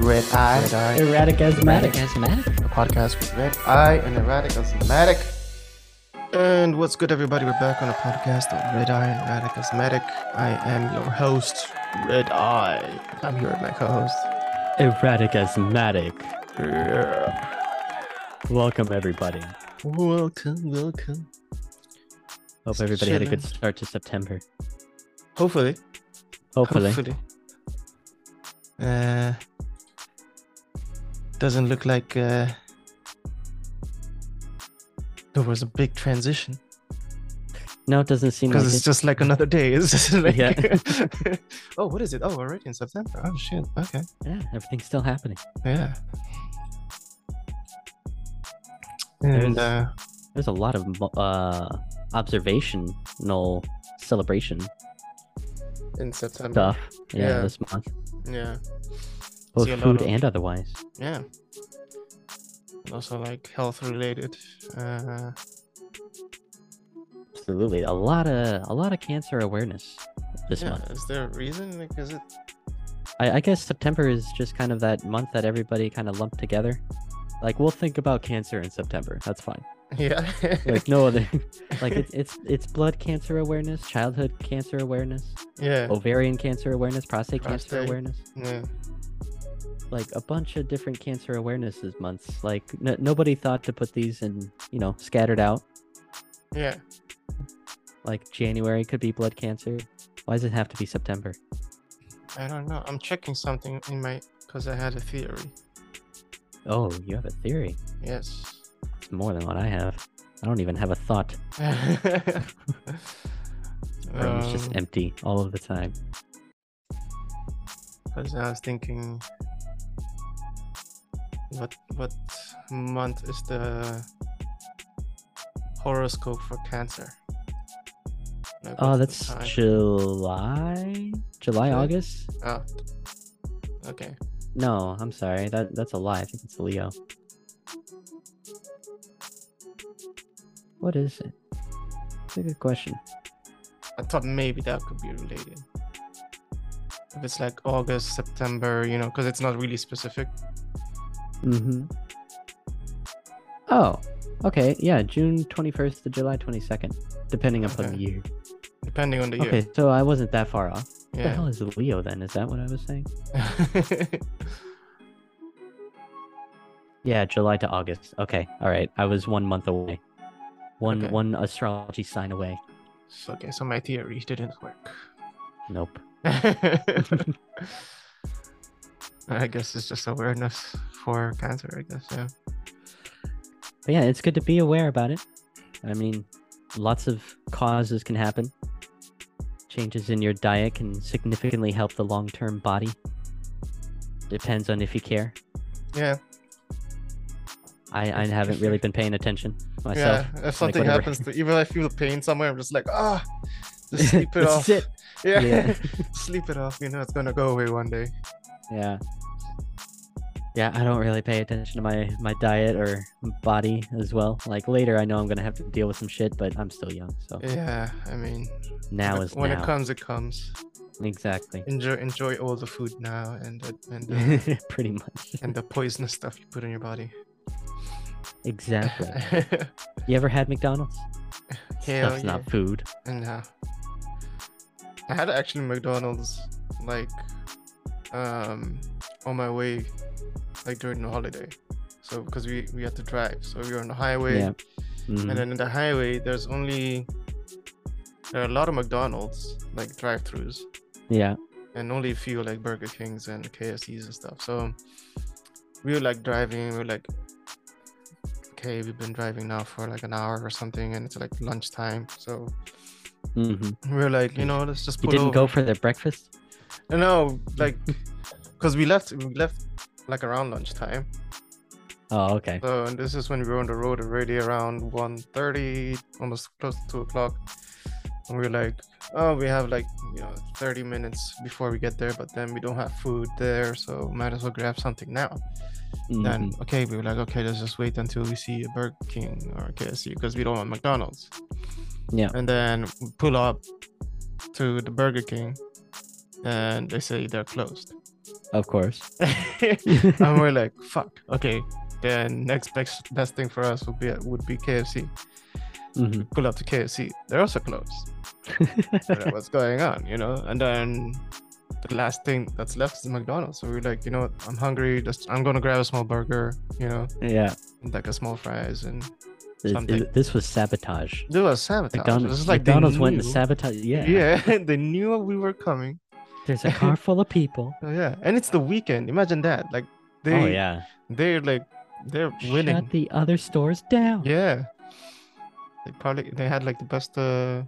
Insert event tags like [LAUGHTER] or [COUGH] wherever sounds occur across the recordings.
Red Eye. Red Eye. Erratic Erratic asthmatic. asthmatic. A podcast with Red Eye and Erratic Asthmatic. And what's good, everybody? We're back on a podcast on Red Eye and Erratic Asthmatic. I am your host, Red Eye. I'm here with my co host. Erratic asthmatic. Welcome everybody. Welcome, welcome. Hope everybody had a good start to September. Hopefully. Hopefully. Uh, doesn't look like uh, there was a big transition. No, it doesn't seem like because it's it. just like another day. [LAUGHS] It's just like, Yeah. [LAUGHS] oh, what is it? Oh, already in September. Oh shit. Okay. Yeah, everything's still happening. Yeah. And There's- uh, There's a lot of uh observational celebration in September. stuff. Yeah, Yeah. this month. Yeah. Both See a lot food of- and otherwise. Yeah. And also like health related. Uh, Absolutely. A lot of a lot of cancer awareness this yeah. month. Is there a reason? Like, is it? [LAUGHS] I, I guess September is just kind of that month that everybody kind of lumped together. Like we'll think about cancer in September. That's fine. Yeah. Like no other. like it's it's it's blood cancer awareness, childhood cancer awareness, [LAUGHS] yeah. ovarian cancer awareness, prostate, cancer Prostate. awareness. Yeah. Like a bunch of different cancer awarenesses months. Like n- nobody thought to put these in, you know, scattered out. Yeah. Like January could be blood cancer. Why does it have to be September? I don't know. I'm checking something in my because I had a theory. Oh, you have a theory. Yes. [LAUGHS] It's more than what I have. I don't even have a thought. Room's Um, just empty all of the time. Because I was thinking, what what month is the horoscope for Cancer? Like, what's the Oh, that's time? July, July, July? August. Ah. Okay. No, I'm sorry. That that's a lie. I think it's Leo. What is it? It's a good question. I thought maybe that could be related. If it's like August, September, you know, because it's not really specific. Mm-hmm. Oh, okay. Yeah, June 21st to July 22nd, depending upon Okay. the year. Depending on the year. Okay, so I wasn't that far off. What the Yeah. hell is Leo then? Is that what I was saying? Uh-huh. Yeah, July to August. Okay, all right. I was one month away. One Okay. one astrology sign away. [LAUGHS] So- okay, so my theory didn't [LAUGHS] work. [LAUGHS] Nope. I guess it's just awareness for cancer, I guess, yeah. But yeah, it's good to be aware about it. I mean, lots of causes can happen. Changes in your diet can significantly help the long term body. Depends on if you care. Yeah, I, I If- haven't if really you- been paying attention myself. yeah. If something whatever. happens to even if I feel pain somewhere, I'm just like, ah, just sleep it [LAUGHS] This off. is it. Yeah, Yeah. [LAUGHS] sleep it off. You know, it's gonna go away one day. Yeah. Yeah, I don't really pay attention to my, my diet or body as well. Like later, I know I'm going to have to deal with some shit, but I'm still young. So Yeah, I mean, now when, is when now. it comes, it comes. [LAUGHS] exactly. Enjoy, enjoy all the food now, and the, and [LAUGHS] the, Pretty much. and the poisonous stuff you put in your body. Exactly. You ever had McDonald's? [LAUGHS] Hell Stuff's yeah. not food. [LAUGHS] And uh, I had actually McDonald's like um on my way like during the holiday. So because we we had to drive, so we were on the highway, Yeah. Mhm. and then in the highway there's only there are a lot of McDonald's like drive-throughs, Yeah. and only a few like Burger Kings and KFCs and stuff. So we were like driving, we were like, okay, we've been driving now for like an hour or something, and it's like lunchtime, so hmm we were like, you know, let's just You pull didn't over. go for their breakfast? No, like, because we left, we left like around lunchtime. Oh, okay. So and this is when we were on the road already around 1.30, almost close to two o'clock. And we were like, oh, we have like you know 30 minutes before we get there, but then we don't have food there, so might as well grab something now. Then Mhm. okay, we were like, okay, let's just wait until we see a Burger King or a KFC because we don't want McDonald's. Yeah. And then we pull up to the Burger King, and they say they're closed. Of course. and we're like, fuck, okay. Then next best, best thing for us would be would be KFC. Mhm. Pull up to KFC. They're also [LAUGHS] closed. We're like, What's going on? You know? And then the last thing that's left is McDonald's. So we're like, you know what? I'm hungry. Just I'm gonna grab a small burger, you know, Yeah. and like a small fries and This- Something. this was sabotage. do a sabotage. McDonald's, This is like they McDonald's went and knew- sabotage. Yeah. Yeah, [LAUGHS] they knew we were coming. There's a car full of people. Oh, yeah. And it's the weekend. Imagine that. Like [LAUGHS] they oh, yeah. they're like they're winning. Shut the other stores down. Yeah. They probably they had like the best uh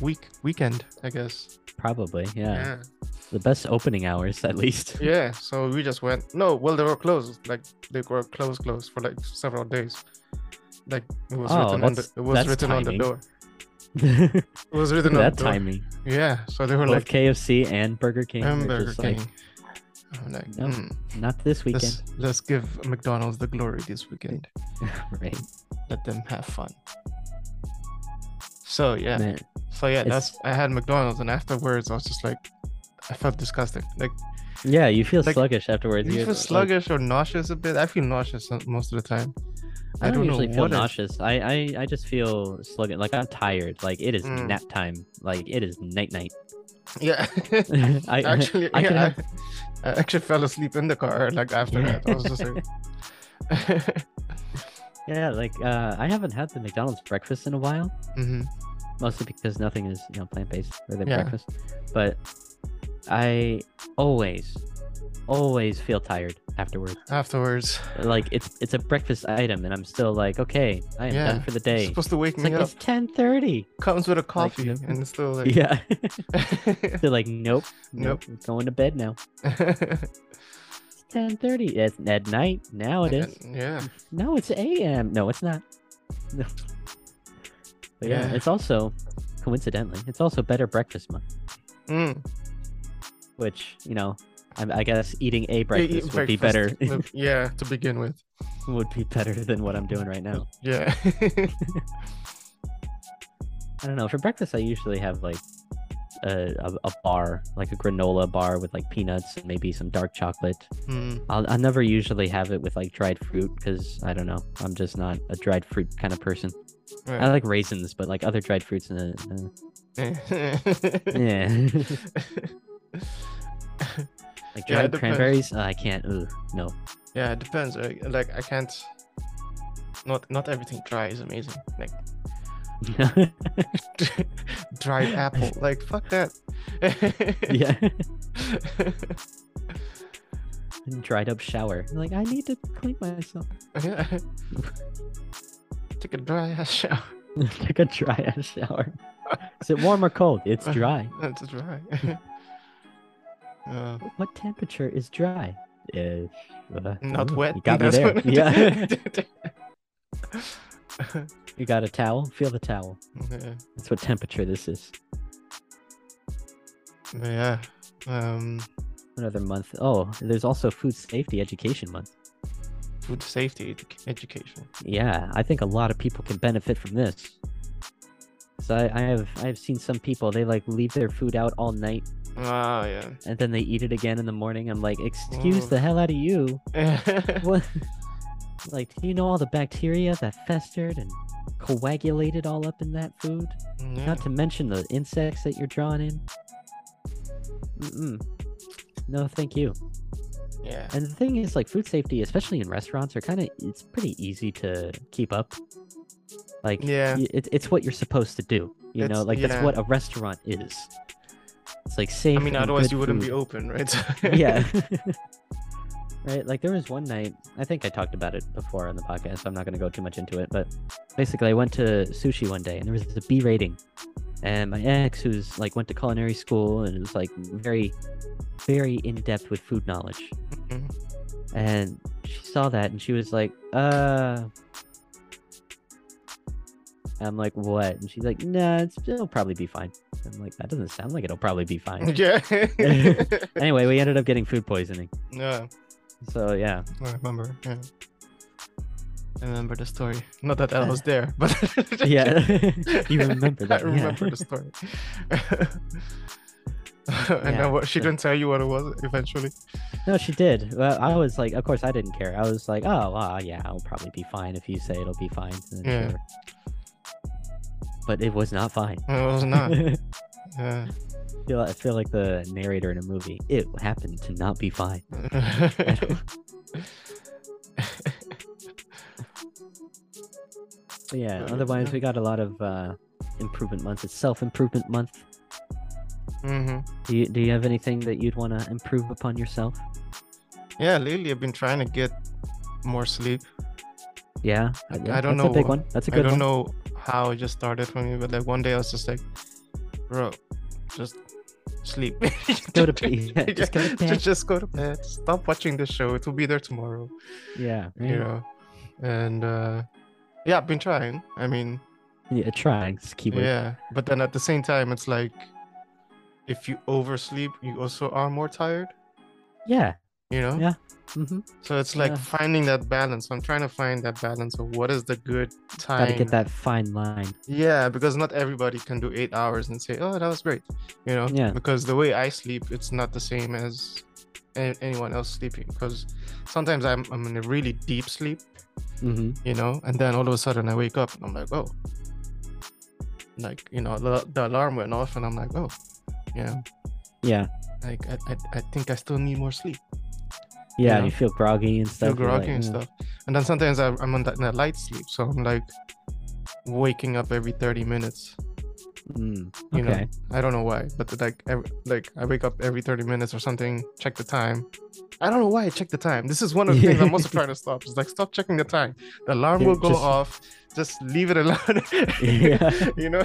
week weekend, I guess. Probably. Yeah. The best opening hours, at least. [LAUGHS] Yeah. So we just went no, well they were closed. Like they were closed closed for like several days. Like it was Oh, written on the that's- it was that's written on timing. the door. Look It was at written on that the door. timing. Yeah. So they were Both like KFC and Burger King. are hamburger just king. like, I'm like, No, "Hmm, not this weekend. let's, let's give McDonald's the glory this weekend. [LAUGHS] right. Let them have fun. So yeah. Man, So yeah, It's- that's I had McDonald's, and afterwards I was just like, I felt disgusting. Like, Yeah, you feel Like, sluggish afterwards. do you You're feel like- sluggish or nauseous a bit? I feel nauseous some- most of the time. I don't, don't know usually feel what it- nauseous. I, I I just feel sluggish. Like I'm tired. Like it is Mm. nap time. Like it is night night. [LAUGHS] [LAUGHS] Yeah, I [LAUGHS] actually, I yeah, can I, have- I actually fell asleep in the car. Like after Yeah. that, I was just [LAUGHS] [LAUGHS] like, yeah. Like uh, I haven't had the McDonald's breakfast in a while. hmm mostly because nothing is you know plant based for their Yeah. breakfast. But I always, always feel tired afterwards. afterwards, Like it's it's a breakfast item, and I'm still like, okay, I am Yeah, done for the it's day. supposed to wake It's me like up. it's ten thirty. Comes with a coffee, no- and it's still like, [LAUGHS] [LAUGHS] Yeah, they're like, nope, nope, Nope. I'm going to bed now. It's ten thirty. It's at night now. It is. yeah, No, it's a.m. No, it's not. No. But yeah, Yeah. it's also coincidentally, it's also better breakfast month. Mm. which you know I, I guess eating a Yeah, breakfast eat would be better breakfast with- yeah, to begin with. would be better than what i'm doing right now Yeah, [LAUGHS] i don't know for breakfast i usually have like a, a, a bar like a granola bar with like peanuts and maybe some dark chocolate Mm, i'll, I'll never usually have it with like dried fruit because i don't know i'm just not a dried fruit kind of person i right. like raisins but like other dried fruits in a, [LAUGHS] uh, yeah. yeah [LAUGHS] like Yeah, it dried depends. cranberries uh, i can't ooh, no [LAUGHS] [LAUGHS] yeah, it depends. Like, like I can't. Not not everything dry is amazing. Like [LAUGHS] dried [LAUGHS] apple, like fuck that. yeah [LAUGHS] dried up shower like i need to clean myself [LAUGHS] [LAUGHS] yeah. Take a dry ass shower. [LAUGHS] Take a dry ass shower. Is it warm or cold? It's Uh-huh. dry. That's dry. [LAUGHS] Uh, What temperature is dry? Uh, uh, not ooh, wet. You got me that's there. what- Yeah. [LAUGHS] you got a towel? Feel the towel. [LAUGHS] [LAUGHS] yeah. That's what temperature this is. But yeah. Um, Another month. Oh, there's also food safety education month. food safety edu- education. Yeah, I think a lot of people can benefit from this. So I, I have I have seen some people they like leave their food out all night Ah, yeah. and then they eat it again in the morning. I'm like, excuse Oh. the hell out of you. [LAUGHS] yeah. [LAUGHS] What? Like, do you know all the bacteria that festered and coagulated all up in that food? Mm-hmm. Not to mention the insects that you're drawing in. Mm-mm. No, thank you. yeah. And the thing is, like, food safety, especially in restaurants, are kind of, it's pretty easy to keep up. Like, Yeah. y- it, it's what you're supposed to do. You know, It's- like, yeah. that's what a restaurant is. It's like I safe. mean, and otherwise good you wouldn't food be open, right? [LAUGHS] [LAUGHS] yeah. right. Like there was one night, I think I talked about it before on the podcast. so I'm not going to go too much into it, but basically, I went to sushi one day and there was a B rating, and my ex, who's like went to culinary school and was like very, very in depth with food knowledge, Mhm. and she saw that and she was like, uh. I'm like, what? And she's like, nah, it's, it'll probably be fine. I'm like, that doesn't sound like it'll probably [LAUGHS] be fine. yeah. [LAUGHS] anyway, we ended up getting food poisoning. yeah. So yeah, I remember. Yeah. I remember the story. Not that [LAUGHS] I was there, but yeah, [LAUGHS] you remember that? I remember yeah. the story. [LAUGHS] and Yeah, then what she so- didn't tell you what it was eventually. No, she did. Well, I was like, of course, I didn't care. I was like, oh, well, yeah, I'll probably be fine if you say it'll be fine. And then Yeah. sure. But it was not fine. No, It was [LAUGHS] not. yeah. [LAUGHS] feel, I feel like the narrator in a movie. It happened to not be fine. But yeah. Uh, Otherwise, yeah. we got a lot of uh, improvement months. It's self improvement month. hmm Do you do you have anything that you'd want to improve upon yourself? Yeah, lately I've been trying to get more sleep. Yeah, I- yeah, I don't that's know a big what- one. That's a I good don't one. know how it just started for me, but like one day I was just like, bro, just sleep. [LAUGHS] go to bed. Yeah, just go to bed. Just, go to bed. Stop watching the show. It will be there tomorrow. Yeah, You yeah. know. And uh yeah, I've been trying. I mean, yeah trying. Just keep it. yeah. But then at the same time, it's like if you oversleep, you also are more tired, Yeah. you know? Yeah. hmm So it's like Yeah. finding that balance. I'm trying to find that balance of what is the good time. Got to get that fine line. Yeah, because not everybody can do eight hours and say, "Oh, that was great," you know. Yeah. Because the way I sleep, it's not the same as a- anyone else sleeping. Because sometimes I'm I'm in a really deep sleep, hmm you know, and then all of a sudden I wake up and I'm like, "Oh," like you know, the, the alarm went off and I'm like, "Oh," yeah, Yeah. like I, I I think I still need more sleep, Yeah, know? you feel groggy and still stuff. you're like, groggy and "Ugh." stuff. And then sometimes I'm I'm on that, that light sleep, so I'm like waking up every 30 minutes Mm, you know, okay. I don't know why, but like, ev- like I wake up every 30 minutes or something, check the time. I don't know why I check the time. This is one of the things I'm [LAUGHS] also trying to stop. It's like stop checking the time. The alarm Yeah, will go just- off. Just leave it alone. Yeah. [LAUGHS] You know.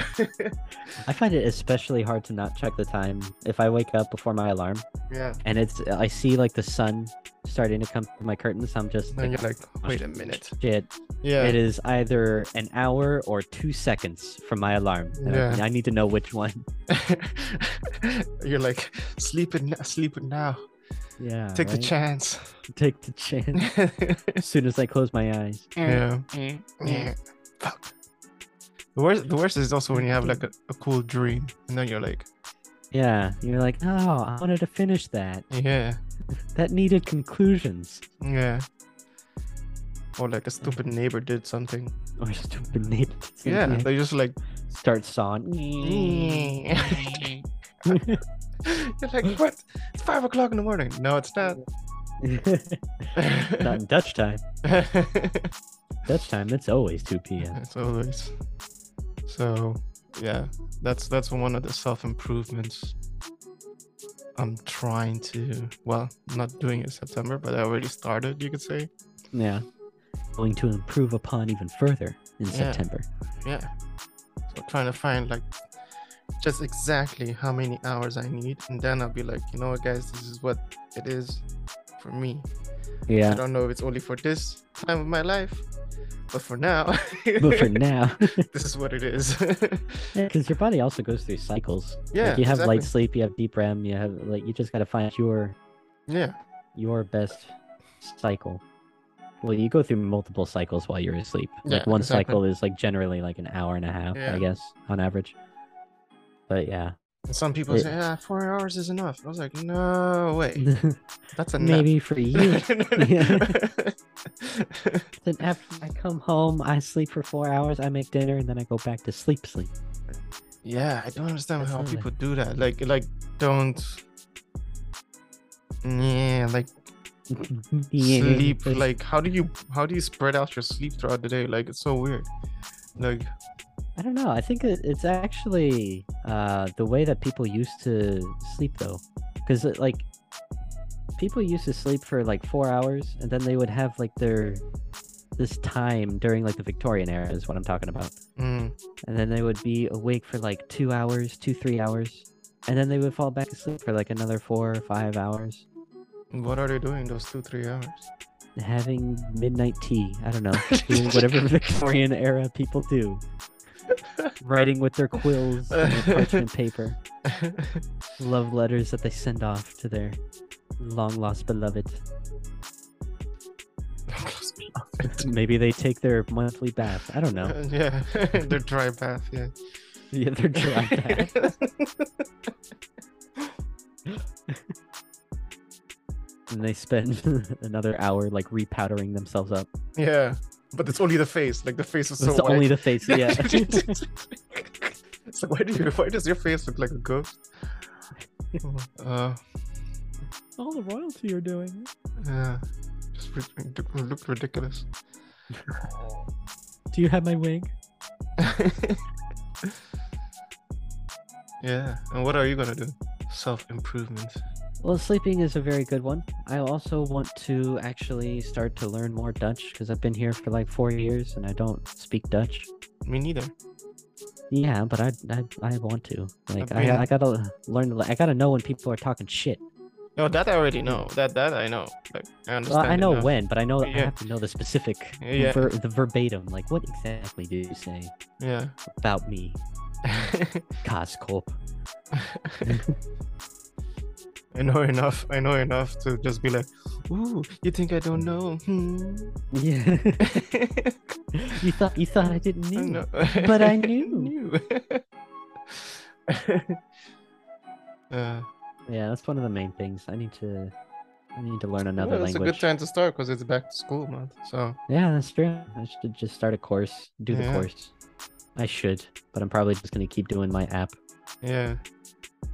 I find it especially hard to not check the time if I wake up before my alarm yeah. and it's I see like the sun starting to come through my curtains. I'm just Then like, "Oh, you're like, wait a minute. shit. Yeah. It is either an hour or two seconds from my alarm. and I'm- I need to know which one. [LAUGHS] you're like, sleep it, n- sleep it now. [LAUGHS] Yeah. Take the right? chance. [LAUGHS] Take the chance. as soon as I close my eyes. yeah. Yeah. Yeah. Fuck. The worst, the worst is also when you have like a, a cool dream and then you're like, Yeah. You're like, oh, I wanted to finish that. yeah. That needed conclusions. Yeah. Or like a stupid neighbor did something. Or [LAUGHS] stupid neighbor. Yeah, they just like. [LAUGHS] Start sawing. [LAUGHS] You're like, what? It's five o'clock in the morning. No, it's not. [LAUGHS] Not in Dutch time. it's Dutch time, it's always 2 p.m. always. So, yeah, that's that's one of the self improvements. I'm trying to. Well, not doing it in September, but I already started. You could say. Yeah. Going to improve upon even further in Yeah. September. Yeah. So trying to find like just exactly how many hours I need, and then I'll be like, you know what, guys, this is what it is for me. I [LAUGHS] Yeah. don't know if it's only for this time of my life, but for now, But for now, [LAUGHS] [LAUGHS] this is what it is. [LAUGHS] because your body also goes through cycles. Yeah, Like you have exactly. light sleep, you have deep REM, you have like you just gotta find your yeah, your best cycle. Well, you go through multiple cycles while you're asleep. Like Yeah, one exactly. cycle is like generally like an hour and a half, Yeah. I guess, on average. But yeah, and some people Wait. say, yeah, four hours is enough. I was like, no way, [LAUGHS] that's a nap." [LAUGHS] maybe for you, [LAUGHS] it's [LAUGHS] an after I come home, I sleep for four hours, I make dinner, and then I go back to sleep. Sleep. [LAUGHS] yeah, I don't understand That's how not a- people do that. Like, like don't. Yeah, like Yeah, sleep but- like how do you how do you spread out your sleep throughout the day like it's so weird like I don't know. I think it, it's actually uh, the way that people used to sleep, though, because like people used to sleep for like four hours, and then they would have like their this time during like the Victorian era is what I'm talking about, mm, and then they would be awake for like two hours, two three hours, and then they would fall back asleep for like another four or five hours, what are they doing those two three [LAUGHS] hours [LAUGHS] having midnight tea. I don't know, doing whatever Victorian era people do, writing with their quills and their parchment paper. love letters that they send off to their long lost beloved. Maybe they take their monthly bath. I don't know. [LAUGHS] yeah [LAUGHS] they're dry bath yeah [LAUGHS] Yeah, they're dry bath. and they spend [LAUGHS] another hour like repowdering themselves up. [LAUGHS] Yeah, but it's only the face. Like the face is so it's white. only the [LAUGHS] face. [LAUGHS] Yeah. it's like why do you why does your face look like a ghost? [LAUGHS] Uh, All the royalty are doing. yeah, just rid- look ridiculous. [LAUGHS] Do you have my wig? yeah, and what are you gonna do? Self improvement. Well, sleeping is a very good one. I also want to actually start to learn more Dutch because I've been here for like four years and I don't speak Dutch. Me neither. Yeah, but I I, I want to. Like mean- I, I gotta learn. to li- I gotta know when people are talking shit. No, Oh, that I already know. That that I know. Like I Well, understand. I it know now. when, but I know I Yeah. have to know the specific, Yeah. ver- the verbatim. Like what exactly do you say Yeah. [LAUGHS] about me, Coscorp? [LAUGHS] I know enough. I know enough to just be like, "Ooh, you think I don't know?" Hmm. [LAUGHS] Yeah, you thought you thought I didn't I mean know. [LAUGHS] But I knew. Knew. uh, Yeah, that's one of the main things. I need to I need to learn another well, it's a language. good time to start because it's back to school month. So Yeah, that's true. I should just start a course, do the Yeah. course. I should, but I'm probably just gonna keep doing my app, yeah,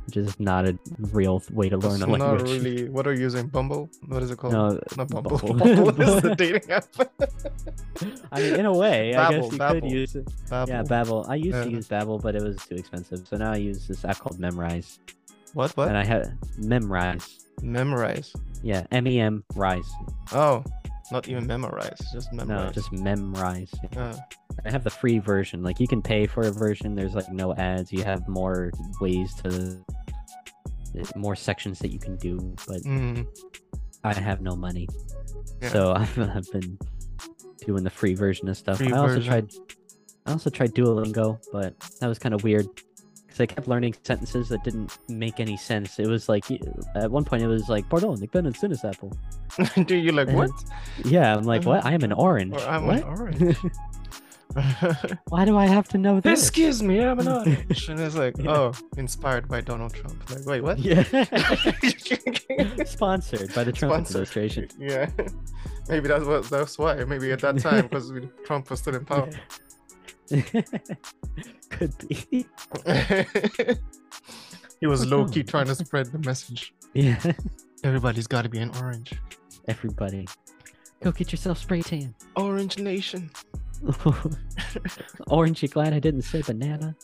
which is not a real way to learn it's a not language. really. What are you using? Bumble? What is it called? [LAUGHS] No, not Bumble. Bumble. [LAUGHS] Bumble is [LAUGHS] the dating app. I mean, in a way, Babbel, I guess you Babbel. could use it. Yeah, Babbel. Babbel. I used to Yeah. use Babbel, but it was too expensive. So now I use this app called Memrise, What? What? and I had Memrise. memorize. Yeah, M E M Rise. Oh, not even memorize. Just memorize. No, just Memrise. yeah. Uh, I have the free version. Like you can pay for a version. There's like no ads. You have more ways to, more sections that you can do. But mm, [LAUGHS] I have no money, Yeah. so [LAUGHS] I've, I've been doing the free version of stuff. Free I also version. tried. I also tried Duolingo, but that was kind of weird because I kept learning sentences that didn't make any sense. It was like at one point it was like "Pardon, ik ben een sinaasappel." do you like And- what? Yeah, I'm like, Uh-huh. what? I am an orange. Or I'm Eh? an what? orange. [LAUGHS] Why do I have to know [LAUGHS] this? Excuse me, I'm an orange. And it's like, oh, inspired by Donald Trump. Like, wait, what? [LAUGHS] Yeah. Sponsored by the Trump Sponsored. administration. [LAUGHS] yeah. [LAUGHS] Maybe that's what that's why. Maybe at that time, because Trump was still in power. [LAUGHS] Could be. [LAUGHS] [LAUGHS] he was What low key the- trying to spread the message. Yeah. Everybody's got to be an orange. Everybody. Go get yourself spray tan. Orange Nation. [LAUGHS] Orange, you glad I didn't say banana?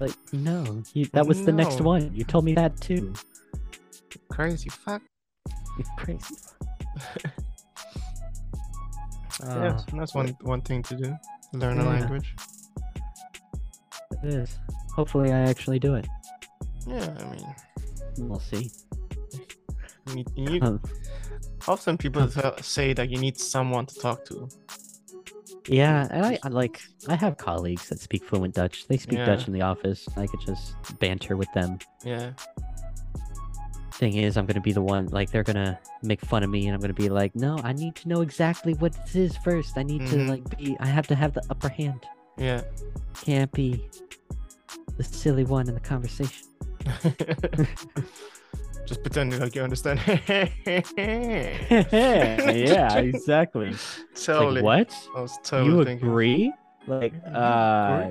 Like, no. You, that was the next No. one. You told me that too. Crazy fuck. You crazy. [LAUGHS] yeah, Uh, that's one one thing to do. Learn a Yeah. language. It is. Hopefully, I actually do it. Yeah, I mean, We'll see. you, you, Um, often people tell, say that you need someone to talk to. Yeah, and I I like I have colleagues that speak fluent Dutch. They speak Yeah. Dutch in the office. I could just banter with them. Yeah, Thing is, I'm gonna be the one like they're gonna make fun of me, and I'm gonna be like, no, I need to know exactly what this is first. I need Mhm. to like be. I have to have the upper hand. [LAUGHS] yeah. Can't be the silly one in the [LAUGHS] conversation. Just pretending like you understand. [LAUGHS] [LAUGHS] exactly. totally. what? I was totally thinking. Mm-hmm. agree? Like, Yeah, uh,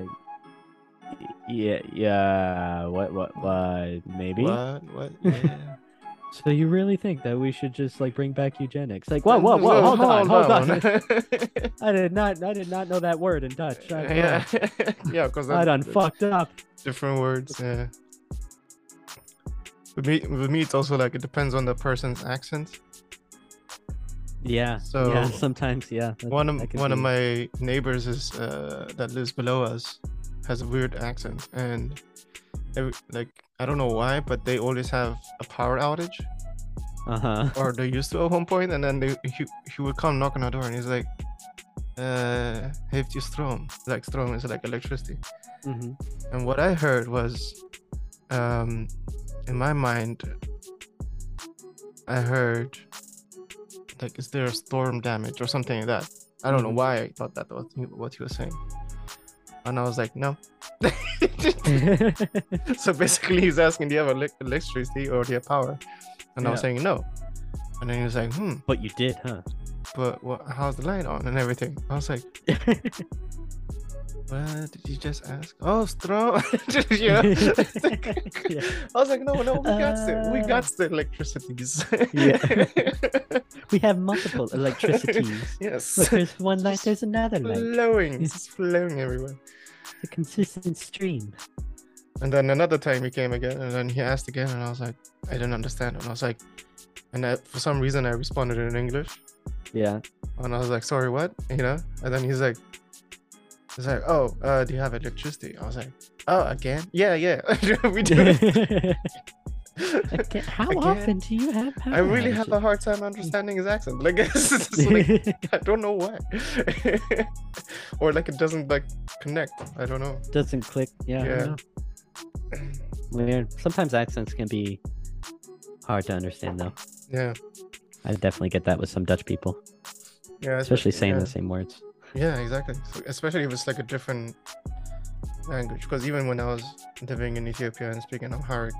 I yeah, yeah. What? What? What? Maybe. What? [LAUGHS] What? Yeah. So you really think that we should just like bring back eugenics? Like whoa, whoa, No, whoa! Hold on, hold on. on! [LAUGHS] I did not, I did not know that word in Dutch. I, yeah, [LAUGHS] yeah, [LAUGHS] because I done fucked up. different words. Yeah. With me, with me, it's also like it depends on the person's accent. Yeah. So- yeah, sometimes yeah. that- One of that could one of be- my neighbors is uh, that lives below us has a weird accent, and every, like I don't know why, but they always have a power outage, [LAUGHS] uh-huh. or they used to at one point, and then they he, he would come knock on our door, and he's like, uh, "Heeft je stroom?" Like stroom is like electricity. hmm And what I heard was, um, in my mind, I heard, like, is there a storm damage or something like that? I don't know Mhm. why I thought that was what he was saying. And I was like, no, [LAUGHS] Mm-hmm. [LAUGHS] so basically, he's asking, "Do you have elec- electricity or do you have power?" And I was Yeah. saying no. And then he was like, "Hmm, but you did, huh? but what, how's the light on and everything?" I was like, [LAUGHS] "What did you just ask?" Oh, [LAUGHS] strong. [LAUGHS] yeah. Yeah. I was like, "No, no, we got it. We Uh. got the electricities." [LAUGHS] Yeah. We have multiple electricities. Look, [LAUGHS] [LAUGHS] yes. there's one light, Just there's another light. Flowing, It's- it's flowing everywhere. It's a consistent stream. And then another time he came again, and then he asked again, and I was like, I didn't understand. And I was like, and I, for some reason, I responded in English. [LAUGHS] Yeah. And I was like, sorry, what? You know? And then he's like, he's like, oh, uh, do you have electricity? I was like, oh, again? Yeah, yeah, [LAUGHS] we [LAUGHS] do. Again, how Again? often do you have power? I really have a hard time understanding his accent. Like, [LAUGHS] it's [LAUGHS] just like outages? I don't know why, [LAUGHS] or like it doesn't like connect. I don't know. Doesn't click. Yeah. I don't know. Weird. Sometimes accents can be hard to understand, though. Yeah, I definitely get that with some Dutch people, yeah. especially saying yeah. the same words. Yeah, exactly. So, especially if it's like a different language. Because even when I was living in Ethiopia and speaking Amharic,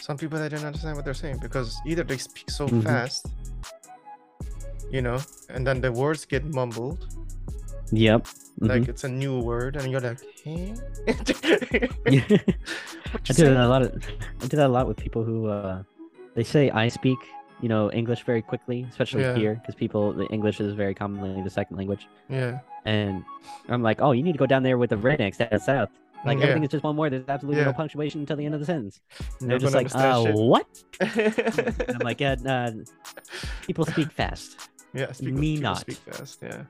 some people I didn't understand what they're saying because either they speak so Mhm. fast, you know, and then the words get mumbled, Yep. like Mm-hmm. it's a new word, and you're like, hey? [LAUGHS] Mhm. [LAUGHS] What I you do say? that a lot. Of, I do that a lot with people who uh, they say I speak, you know, English very quickly, especially Yeah. here because people the English is very commonly the second language. Yeah. And I'm like, oh, you need to go down there with the rednecks down south. Like yeah. everything is just one word. There's absolutely Yeah. no punctuation until the end of the sentence. And they're You're just gonna like, uh, understand what? shit. And I'm like, yeah, uh, people speak fast. [LAUGHS] yeah, speak, me people not. speak fast. [LAUGHS] Yeah.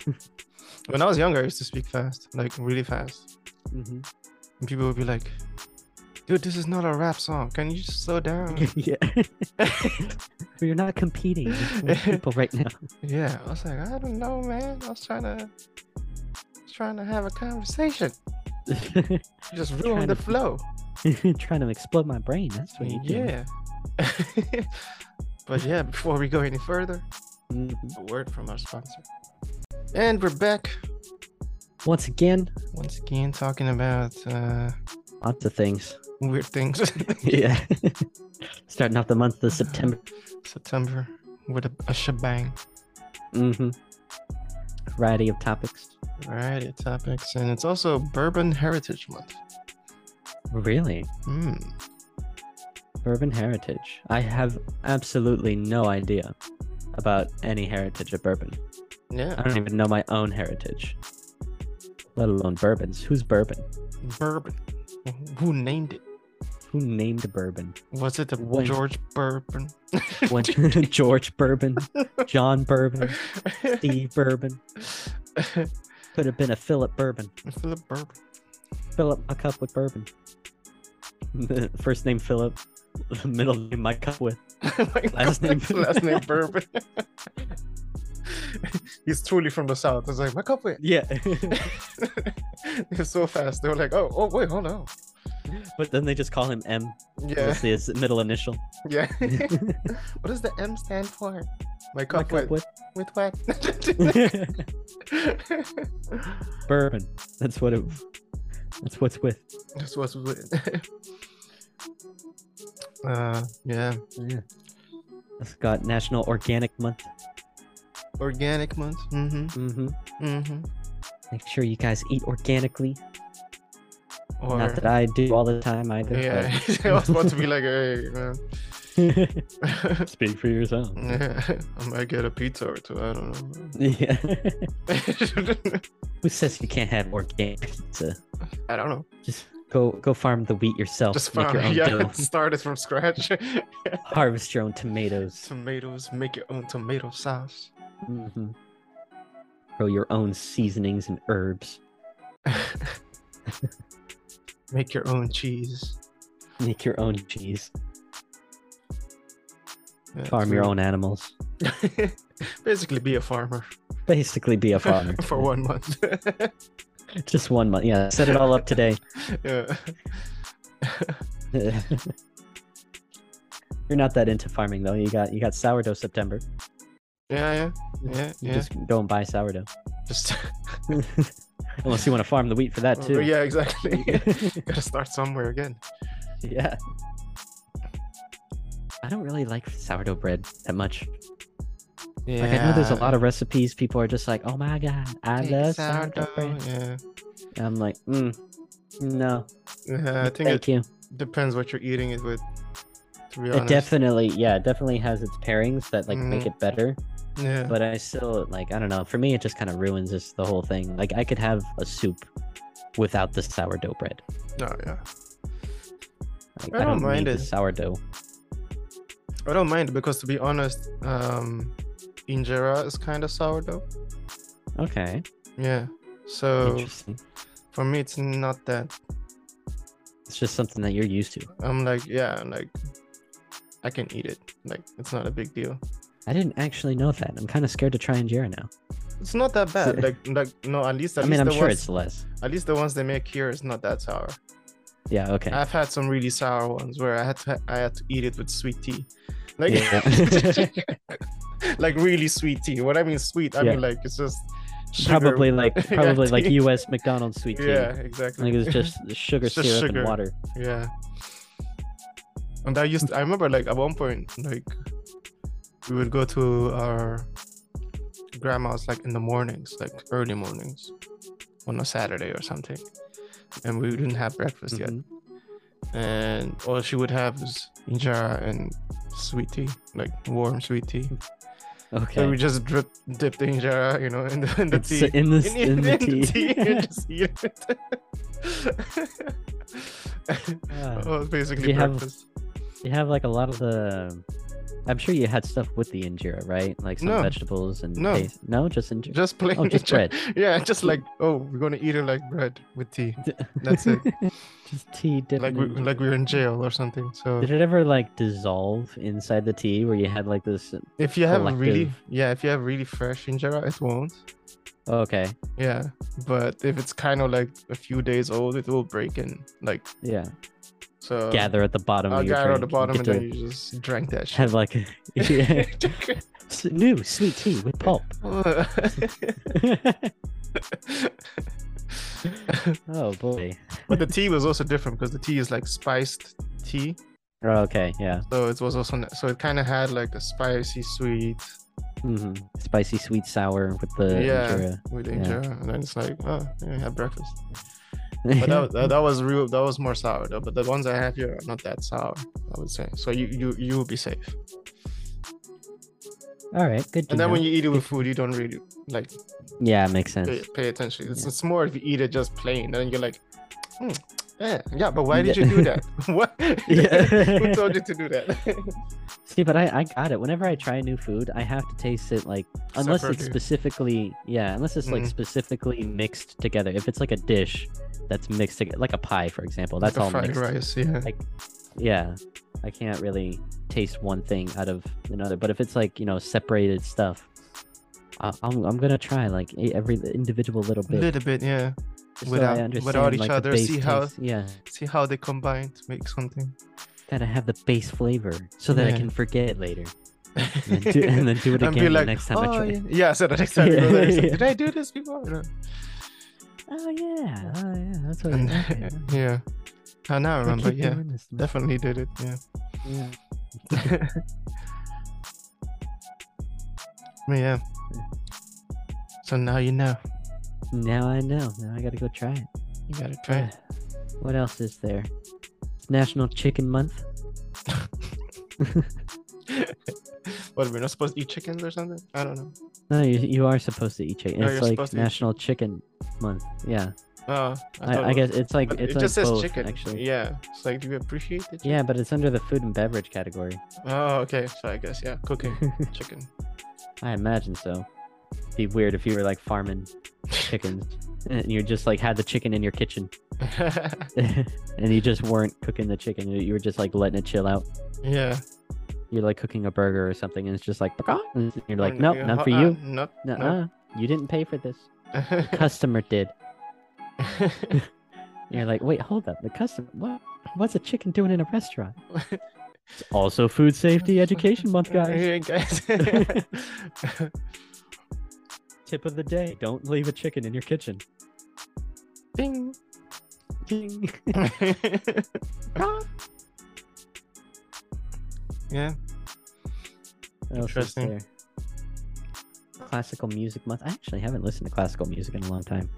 when I was younger, I used to speak fast, like really fast. [LAUGHS] hmm And people would be like, dude, this is not a rap song. Can you just slow [LAUGHS] down? [LAUGHS] yeah, we're not competing with people right now. [LAUGHS] yeah. I was like, I don't know, man. I was trying to trying to have a conversation. You just ruined Trying the to- flow. Trying to explode my brain. That's what you do. Yeah. [LAUGHS] but yeah, before we go any further, Mhm. a word from our sponsor. And we're back Once again, once again talking about uh, lots of things. [LAUGHS] weird things. [LAUGHS] Yeah. Starting off the month of September. September with a, a shebang. Mm-hmm. Variety of topics. Variety of topics. And it's also Bourbon Heritage Month. Really? Hmm. Bourbon heritage. I have absolutely no idea about any heritage of bourbon. Yeah. I don't even know my own heritage, let alone bourbons. Who's bourbon? bourbon. Who named it? Who named bourbon? Was it the When- George [LAUGHS] Bourbon? When George Bourbon, [LAUGHS] John Bourbon, Steve Bourbon. Philip Could have been a Philip Bourbon. Bourbon. [LAUGHS] Philip, my cup with bourbon. [LAUGHS] First name Philip, [LAUGHS] middle name my cup with. My Last God, name- last name [LAUGHS] Bourbon. He's truly from the south. It's like, wake up, wait. Yeah. [LAUGHS] [LAUGHS] They're so fast. They were like, oh, oh, wait, hold on. but then they just call him M. Yeah, That's his middle initial. yeah. [LAUGHS] My what does the M stand for? My [LAUGHS] cup, cup with, with with what? [LAUGHS] [LAUGHS] bourbon. That's what it. That's what's with. That's what's with. [LAUGHS] uh, yeah. Yeah. It's got National Organic Month. Organic month. Mm-hmm. Mm-hmm. Mm-hmm. Make sure you guys eat organically. Or Not that I do all the time either. [LAUGHS] yeah, [LAUGHS] I was about to be like, hey man, [LAUGHS] Speak for yourself. yeah, I might get a pizza or two. I don't know. [LAUGHS] Yeah. man. Who says you can't have organic pizza? [LAUGHS] I don't know. Just go go farm the wheat yourself. Just make your found, own yeah, dough. [LAUGHS] started from scratch. [LAUGHS] Harvest your own tomatoes. Tomatoes, make your own tomato sauce. Mhm. Grow your own seasonings and herbs. Make your own cheese. Make your own cheese. Yeah, it's Farm your weird. own animals. [LAUGHS] Basically, be a farmer [LAUGHS] Basically, be a farmer for one month. [LAUGHS] Just one month. Yeah, set it all up today. yeah. You're not that into farming though. You got you got sourdough September. Yeah, yeah, yeah, You yeah. [LAUGHS] just go and buy sourdough. Just Unless you want to farm the wheat for that Oh, too. yeah, [LAUGHS] exactly. [LAUGHS] Gotta start somewhere again. yeah. I don't really like sourdough bread that much. Yeah. Like I know there's a lot of recipes people are just like, "Oh my god, I Take love sourdough, bread." Yeah. And I'm like, mm, no, Yeah, I think it thank you. depends what you're eating it with. To be It honest. definitely, yeah, it definitely has its pairings that like make Mhm. it better. yeah. But I still like, I don't know. For me, it just kind of ruins this the whole thing. Like I could have a soup without the sourdough bread. No, yeah. Like, I don't mind need it. the sourdough. I don't mind because to be honest, um, injera is kind of sourdough. Okay, Yeah. So interesting. for me, it's not that. It's just something that you're used to. I'm like, yeah, I'm like I can eat it. Like it's not a big deal. I didn't actually know that. I'm kind of scared to try injera now. It's not that [LAUGHS] bad. like like no, at least at I least mean, I'm the sure ones it's less. at least the ones they make here is not that sour. Yeah. Okay. I've had some really sour ones where I had to I had to eat it with sweet tea. Like Yeah. [LAUGHS] like really sweet tea. What I mean sweet, I Yeah. mean like it's just sugar. [LAUGHS] probably like Yeah, probably like tea. U.S. McDonald's [LAUGHS] sweet tea. Yeah, I think exactly. it was [LAUGHS] just sugar It's just syrup sugar. and water. Yeah. And I used I remember like at one point like we would go to our grandma's like in the mornings, like early mornings on a Saturday or something. And we didn't have breakfast yet. Mhm. And all she would have was injera and sweet tea, like warm sweet tea. Okay. So we just drip dip the injera, you know, in the in the It's tea. in [LAUGHS] this in, in, the tea. [LAUGHS] and just [LAUGHS] eat it. Ah. Oh, it's basically you have- breakfast. You have like a lot of the. I'm sure you had stuff with the injera, right? Like some No. vegetables and No. paste- no, just injera. Just plain Oh, just bread. [LAUGHS] Yeah, just like oh, we're gonna eat it like bread with tea. That's it. [LAUGHS] just tea dipped. Like in we injera. like we're in jail or something. So Did it ever like dissolve inside the tea where you had like this? if you have really collective- yeah, if you have really fresh injera, it won't. oh, Okay, Yeah, but if it's kind of like a few days old, it will break in. Like yeah. so, gather at the bottom. Uh, I'll of your gather at the drink, bottom get and to then you just drank [LAUGHS] that shit. [LAUGHS] have like a yeah, s- new sweet tea with pulp. [LAUGHS] oh boy. but the tea was also different because the tea is like spiced tea. Oh, Okay, yeah. So it was also so it kind of had like a spicy sweet hmm Spicy, sweet, sour with the yeah with Yeah. injera, and then it's like oh yeah, have [LAUGHS] breakfast. injera. But that, that, that was real. That was more sour though. But the ones I have here are not that sour. I would say so. You you you will be safe. [LAUGHS] All right, good. To And then know. when you eat it with food, you don't really like yeah, it makes pay, sense. pay attention. It's, Yeah. it's more if you eat it just plain, then you're like, "Mm, yeah, yeah. But why did you do that? [LAUGHS] what? [LAUGHS] Yeah. [LAUGHS] Who told you to do that? [LAUGHS] See, but I, I got it. Whenever I try new food, I have to taste it like unless it's Separately. specifically yeah, unless it's like Mhm. specifically mixed together. If it's like a dish that's mixed together, like a pie, for example, that's the all fried mixed. rice. Yeah. Like- Yeah, I can't really taste one thing out of another. But if it's like you know separated stuff, I, I'm I'm gonna try like e- every individual little A bit. little bit, yeah. just so I without- understand, without each like, the other, base see how- taste. yeah. See how they combine to make something. gotta have the base flavor so that I Yeah. can forget it [LAUGHS] later. And then do, and then do it And be again like, the next time I oh, try. yeah. yeah, so the next time you go there, it's like, Yeah. did I do this before? No. Oh yeah, oh yeah, that's [LAUGHS] what. And, I, okay. yeah. Oh, now I I remember. keep Yeah, doing this now. definitely did it. Yeah. Yeah. But yeah. So now you know. Now I know. Now I gotta go try it. You gotta try. What else is there? It's National Chicken Month. What, we're not supposed to eat chickens or something? I don't know. No, you, you are supposed to eat chicken. Oh, It's you're like supposed to eat National Chicken Month. Yeah, Oh, I, thought I, it was- guess it's like but it's it like just says both, chicken. actually. Yeah. It's like, do you appreciate it? Yeah, but it's under the food and beverage category. [LAUGHS] Oh, okay. So I guess, yeah, cooking chicken. [LAUGHS] I imagine so. Be weird if you were like farming chickens and you just like had the chicken in your kitchen [LAUGHS] and you just weren't cooking the chicken. You you were just like letting it chill out. yeah. You're like cooking a burger or something and it's just like, "Pecan," and you're like, no, nope, not for Uh, you. nope. Nuh nope. uh. You didn't pay for this. [LAUGHS] [LAUGHS] Customer did. And you're like, wait, hold up. The customer, what? What's a chicken doing in a restaurant? It's also Food Safety Education Month, guys. Yeah, guys. Tip of the day don't leave a chicken in your kitchen. [LAUGHS] Ding. [LAUGHS] Ding. yeah. What else is Interesting. there? Classical music month. I actually haven't listened to classical music in a [LAUGHS] long time.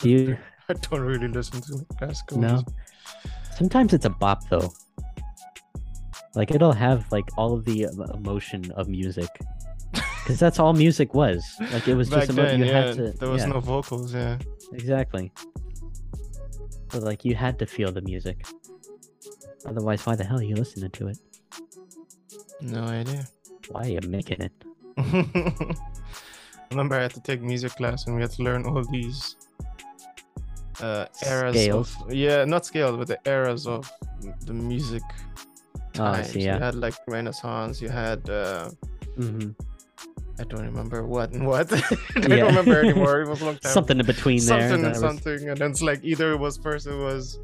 Do you? I don't really listen to classical No. music. Sometimes it's a bop though. Like it'll have like all of the em- emotion [LAUGHS] of music, because that's all music was. Like it was Back just emo- then, you yeah, had to. there was yeah, no vocals. Yeah. exactly. But like you had to feel the music. Otherwise, why the hell are you listening to it? No idea. Why are you making it? Oh, I [LAUGHS] remember I had to take music class and we had to learn all these uh eras. of- Scales. yeah, not scales, but the eras of m- the music Oh, I times. see, You yeah. had like Renaissance, you had uh hmm I don't remember what and what. [LAUGHS] I Yeah. don't remember anymore. [LAUGHS] It was a long time. Something in between there. something and that was- something, and then it's like either it was first it was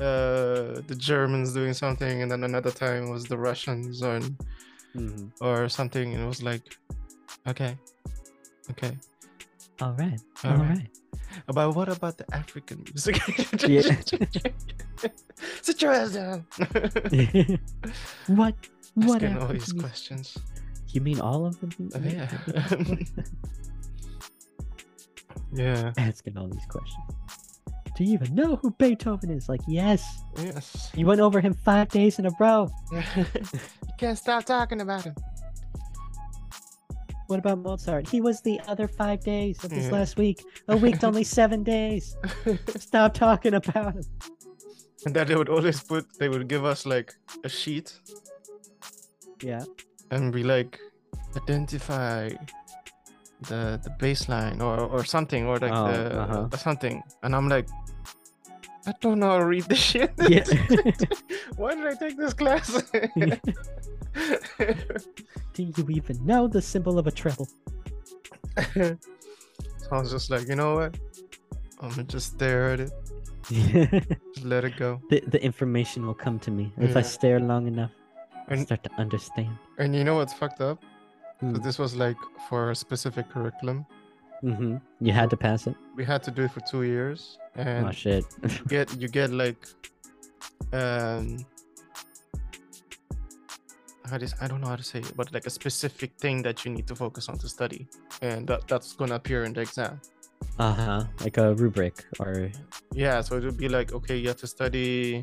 uh the Germans doing something, and then another time was the Russians or Mhm. or something, and it was like, okay, okay. All right. All all right. right. About what about the African music? Yeah. [LAUGHS] Sit your ass [LAUGHS] down. what? What? [LAUGHS] Asking all happened these to me? questions. You mean all of them? [LAUGHS] Oh, yeah. [LAUGHS] yeah. [LAUGHS] Asking all these questions. Do you even know who Beethoven is? Like, yes. [LAUGHS] Yes. You went over him five days in a row. you can't stop talking about him. What about Mozart? He was the other five days of this Yeah. last week. A week's [LAUGHS] only seven days. Stop talking about him. And that they would always put, they would give us like a sheet Yeah. [LAUGHS] and be like, identify the the baseline or or something or like Oh, the uh-huh. the something. And I'm like, I don't know how to read this shit. [LAUGHS] Yeah. [LAUGHS] Why did I take this [LAUGHS] class? Do you even know the symbol of a treble? [LAUGHS] so I was just like, you know what? I'm gonna just stare at it, the, just let it go. the information will come to me if I Yeah. stare long enough. I And- start to understand. And you know what's fucked up? Hmm. So this was like for a specific curriculum. Mm-hmm. hmm You had to pass it. We had to do it for two years, and oh shit. [LAUGHS] you get you get like, um, how does I don't know how to say it, but like a specific thing that you need to focus on to study, and that, that's gonna appear in the exam. Uh huh. Like a rubric or Yeah, so it would be like, okay, you have to study,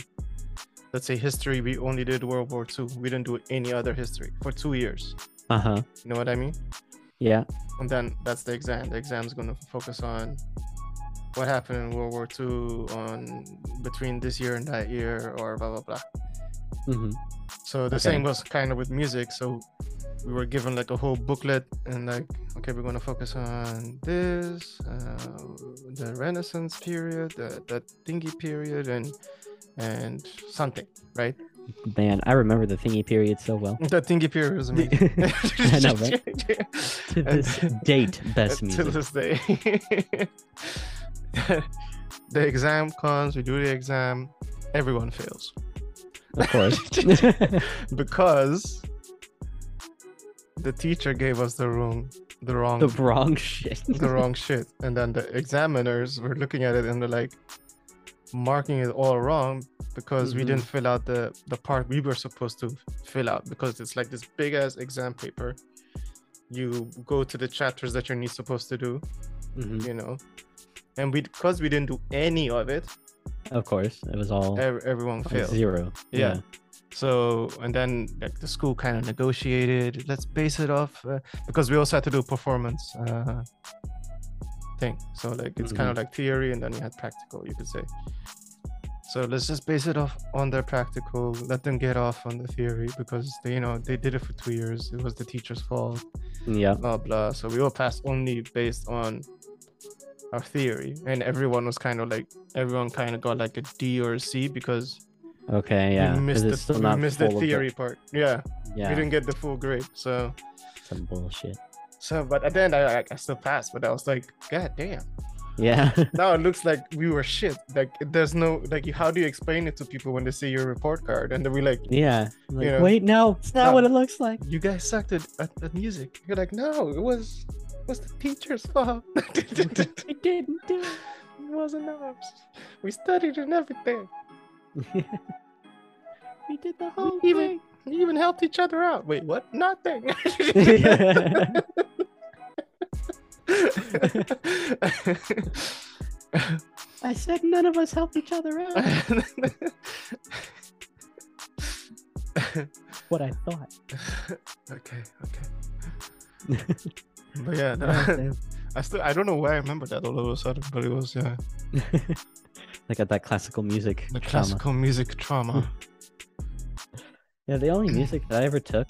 let's say history. We only did World War II. We didn't do any other history for two years. uh huh. You know what I mean? Yeah. And then that's the exam. The exam's going to focus on what happened in World War II on between this year and that year, or blah blah blah. hmm So the Okay. same was kind of with music. So we were given like a whole booklet and like, okay, we're gonna focus on this, uh, the Renaissance period, the, the thingy period, and and something, [LAUGHS] right? Man, I remember the thingy period so well. The thingy period is amazing. [LAUGHS] I know, [LAUGHS] right? To And- this date, [LAUGHS] best to music. this day. the exam comes, we do the exam, everyone fails Of [LAUGHS] course. because the teacher gave us the wrong, the wrong, [LAUGHS] the [LAUGHS] wrong shit. [LAUGHS] the wrong shit, and then the examiners were looking at it and they're like marking it all wrong because we Mhm. didn't fill out the the part we were supposed to fill out because it's like this big ass exam paper. You go to the chapters that you're not supposed to do, Mhm, you know and we because we didn't do any of it Of course. It was all like ev- everyone failed zero. Yeah. so and then like the school kind of negotiated let's base it off uh, because we also had to do performance uh thing so like it's kind of like theory and then you had practical you could say so let's just base it off on their practical let them get off on the theory because they you know they did it for two years it was the teacher's fault Yeah. blah blah. So we all passed only based on our theory, and everyone was kind of like everyone kind of got like a D or a C because Okay. Yeah. we 'cause missed it's the, still we not missed the full of theory part. Yeah, Yeah. we didn't get the full grade. So Some bullshit. so, but at the end I I- I still passed. But I was like, God damn! Yeah. [LAUGHS] Now it looks like we were shit. Like there's no like, how do you explain it to people when they see your report card and they're like. yeah. Like, know. Wait, no. It's not No. what it looks like. You guys sucked at, at, at music. You're like, no, [LAUGHS] it was, it was the teacher's fault. I didn't do it. was enough. We studied and everything. [LAUGHS] We did the whole thing. even- Oh, We even helped each other out. Wait, what? [LAUGHS] Nothing. [LAUGHS] I said none of us helped each [LAUGHS] other out. what I thought. okay, okay. But yeah, no, [LAUGHS] I still I don't know why I remember that all of a sudden, but it was yeah, [LAUGHS] I got that classical music. the trauma. classical music trauma. Yeah, the only music that I ever took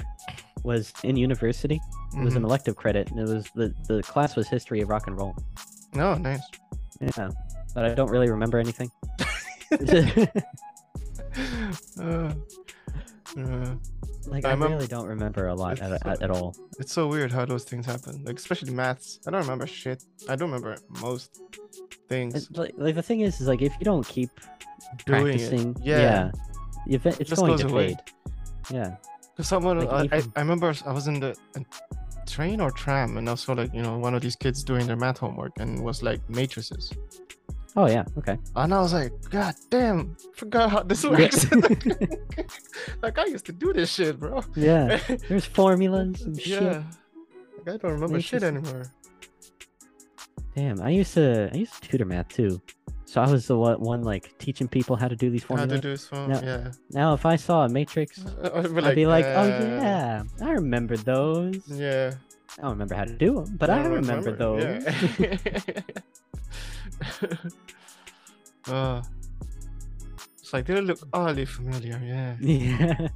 was in university. Hmm. It was an Mhm. elective credit, and it was the the class was history of rock and roll. No, Oh, nice. [LAUGHS] Yeah, but I don't really remember anything. [LAUGHS] Uh, uh, like I I, remember- really don't remember a lot at, It's, at, uh, at all. it's so weird how those things happen. Like especially maths. I don't remember shit. I don't remember most things. It's like, like the thing is, is like if you don't keep Doing it. practicing, Yeah. you fe- it's just going goes to away. fade. Yeah, Cause someone, Like, I, I, even- I remember s- I was in the in train or tram, and I saw like you know one of these kids doing their math homework, and it was like matrices, oh yeah, okay. and I was like, God damn, forgot how this Yeah. [LAUGHS] works. [LAUGHS] like I used to do this shit, bro. [LAUGHS] Yeah, there's formulas and shit. yeah, like, I don't remember shit Matrices. anymore. Damn, I used to I used to tutor math too, so I was the one, one like teaching people how to do these How formulas. to do so? No. Yeah, [LAUGHS] Now, if I saw a matrix, I'd I'd be like, oh "Uh, yeah, I remember those. yeah." I don't remember how to do them, but I remember, those. [LAUGHS] those. [LAUGHS] uh, it's like they look oddly familiar. [LAUGHS] Yeah. Yeah,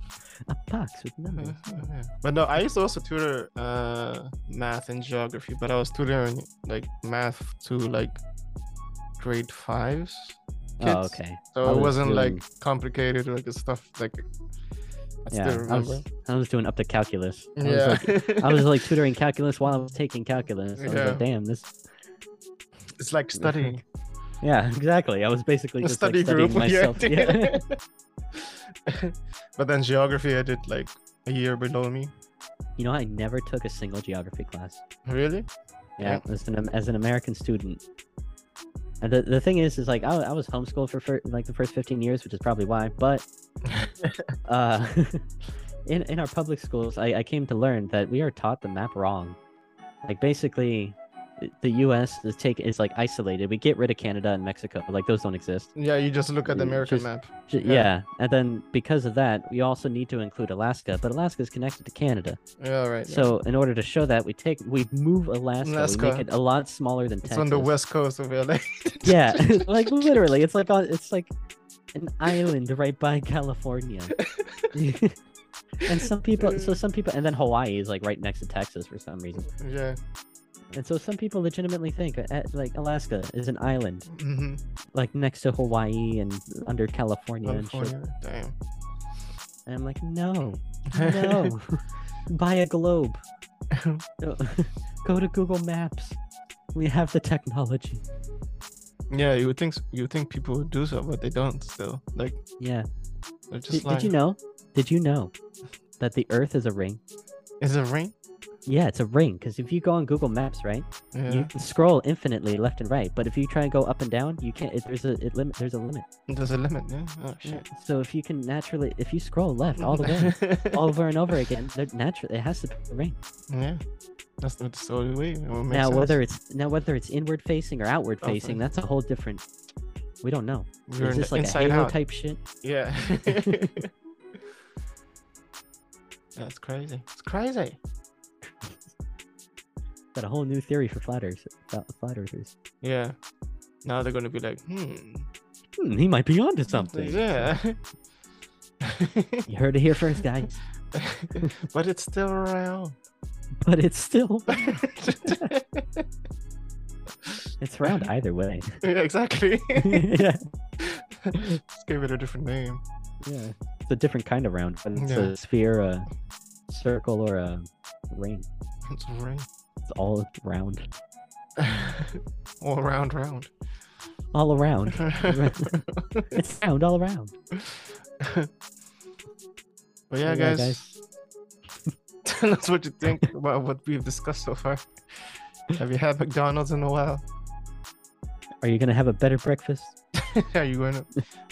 a box [LAUGHS] with numbers. Yeah. But no, I used to also tutor uh, math and geography, but I was tutoring like math to like grade fives. Oh, kids. okay. So I it was wasn't like doing- complicated, like the stuff like I still Yeah, I was, remember. I was doing up to calculus. I was, yeah. like, I was like tutoring calculus while I was taking calculus. I was Yeah. like, damn, this. [LAUGHS] it's [LAUGHS] like studying. Yeah, [LAUGHS] exactly. I was basically A just study like, group. [LAUGHS] studying myself. Yeah. Yeah. [LAUGHS] [LAUGHS] but then geography I did like a year below me. you know, I never took a single geography class. Really? Yeah, Yeah. as an as an American student. And the, the thing is, is like I, I was homeschooled for, fir- like the first fifteen years, which is probably why. [LAUGHS] But uh, [LAUGHS] in in our public schools, I, I came to learn that we are taught the map wrong. Like basically, th- the U.S. is take is like isolated. We get rid of Canada and Mexico, like those don't exist. Yeah, you just look at the Mm, American just- map. J- Yeah. yeah. and then because of that, we also need to include Alaska, but Alaska is connected to Canada. Yeah, all right. So in order to show that, we take we move Alaska, we Alaska. make it a lot smaller than it's Texas. on the west coast of LA. Yeah, [LAUGHS] like literally, it's like on, it's like an island right by [LAUGHS] California. and some people, Uh. so some people, and then Hawaii is like right next to Texas for some reason. [LAUGHS] yeah. And so some people legitimately think uh, like Alaska is an island, hmm like next to Hawaii and under California, and shit. California. Damn. And I'm like, no, no, [LAUGHS] buy a globe. [LAUGHS] No. Go to Google Maps. We have the technology. [LAUGHS] yeah, you would think s- you would think people would do so, but they don't. Still, like Yeah. they're just Did, like, did you know? Did you know that the Earth is a ring? is it rain? Yeah, it's a ring. Because if you go on Google Maps, right, Yeah. you can scroll infinitely left and right. But if you try and go up and down, you can't. It, there's a it limit. There's a limit. There's a limit. Yeah. Oh shit. So if you can naturally, if you scroll left all the [LAUGHS] way, over and over again, they're natural. It has to be a ring. yeah. That's that's the only way. It would make now sense. whether it's now whether it's inward facing or outward Outward. facing, that's a whole different. We don't know. You're is in this the like a inside halo out. type shit? Yeah. [LAUGHS] That's crazy. It's crazy. Got a whole new theory for flat earthers. flat- Flat earthers. Yeah. Now they're gonna be like, hmm. Hmm, he might be onto something. Yeah. You heard it here first, guys. [LAUGHS] but it's still [LAUGHS] around. But it's still it's round [LAUGHS] either way. [LAUGHS] yeah, [LAUGHS] exactly. yeah. Just gave it a different name. Yeah. It's a different kind of round, but it's Yeah. a sphere, a circle, or a ring. It's a ring. It's all round. [LAUGHS] All round, [LAUGHS] round. [LAUGHS] All around. it's round all around. but yeah, Yeah, guys, [LAUGHS] tell us what you think about what we've discussed so far. Have you had McDonald's in a while? Are you going to have a better breakfast? are you gonna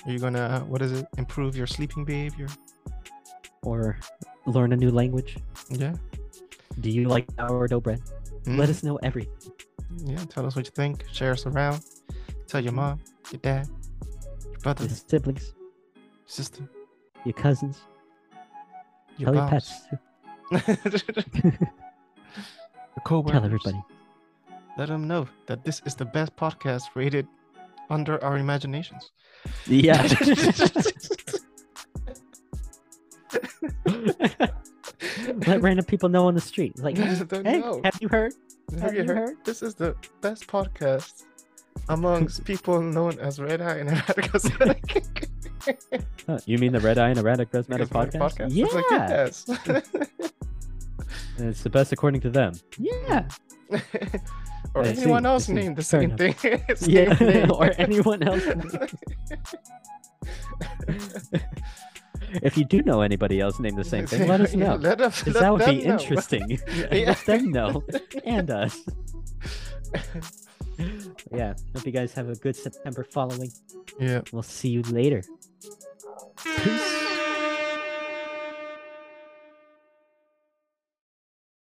are you gonna uh, what is it improve your sleeping behavior Or learn a new language? yeah Do you like sourdough bread? Let Mm. us know everything. yeah tell us what you think share us around tell your mom your dad your brother Your siblings, sister your cousins, your tell your pals pets. [LAUGHS] too. [LAUGHS] your co Tell everybody. let them know that this is the best podcast rated under our imaginations [LAUGHS] [LAUGHS] [LAUGHS] Yeah. [LAUGHS] Let random people know on the street. [LAUGHS] Like, hey, Don't know. have you heard? Have you heard? This is the best podcast [LAUGHS] amongst people known as Red Eye and [LAUGHS] Erratic Huh, you mean the Red Eye and Erratic Does Matter Because podcast? we're a Uh, Yeah. It's like, yes. And it's the best according to them. Yeah. [LAUGHS] or I see, anyone I else see. named the Fair same thing. [LAUGHS] Same [LAUGHS] Yeah. [LAUGHS] name. or anyone else. [LAUGHS] If you do know anybody else named the [LAUGHS] same thing, let us Yeah, know. Let us, 'Cause let that would them be know. interesting. [LAUGHS] Yeah, [LAUGHS] Yeah. Let them know [LAUGHS] and us. Yeah. Hope you guys have a good September following. Yeah. We'll see you later. Peace.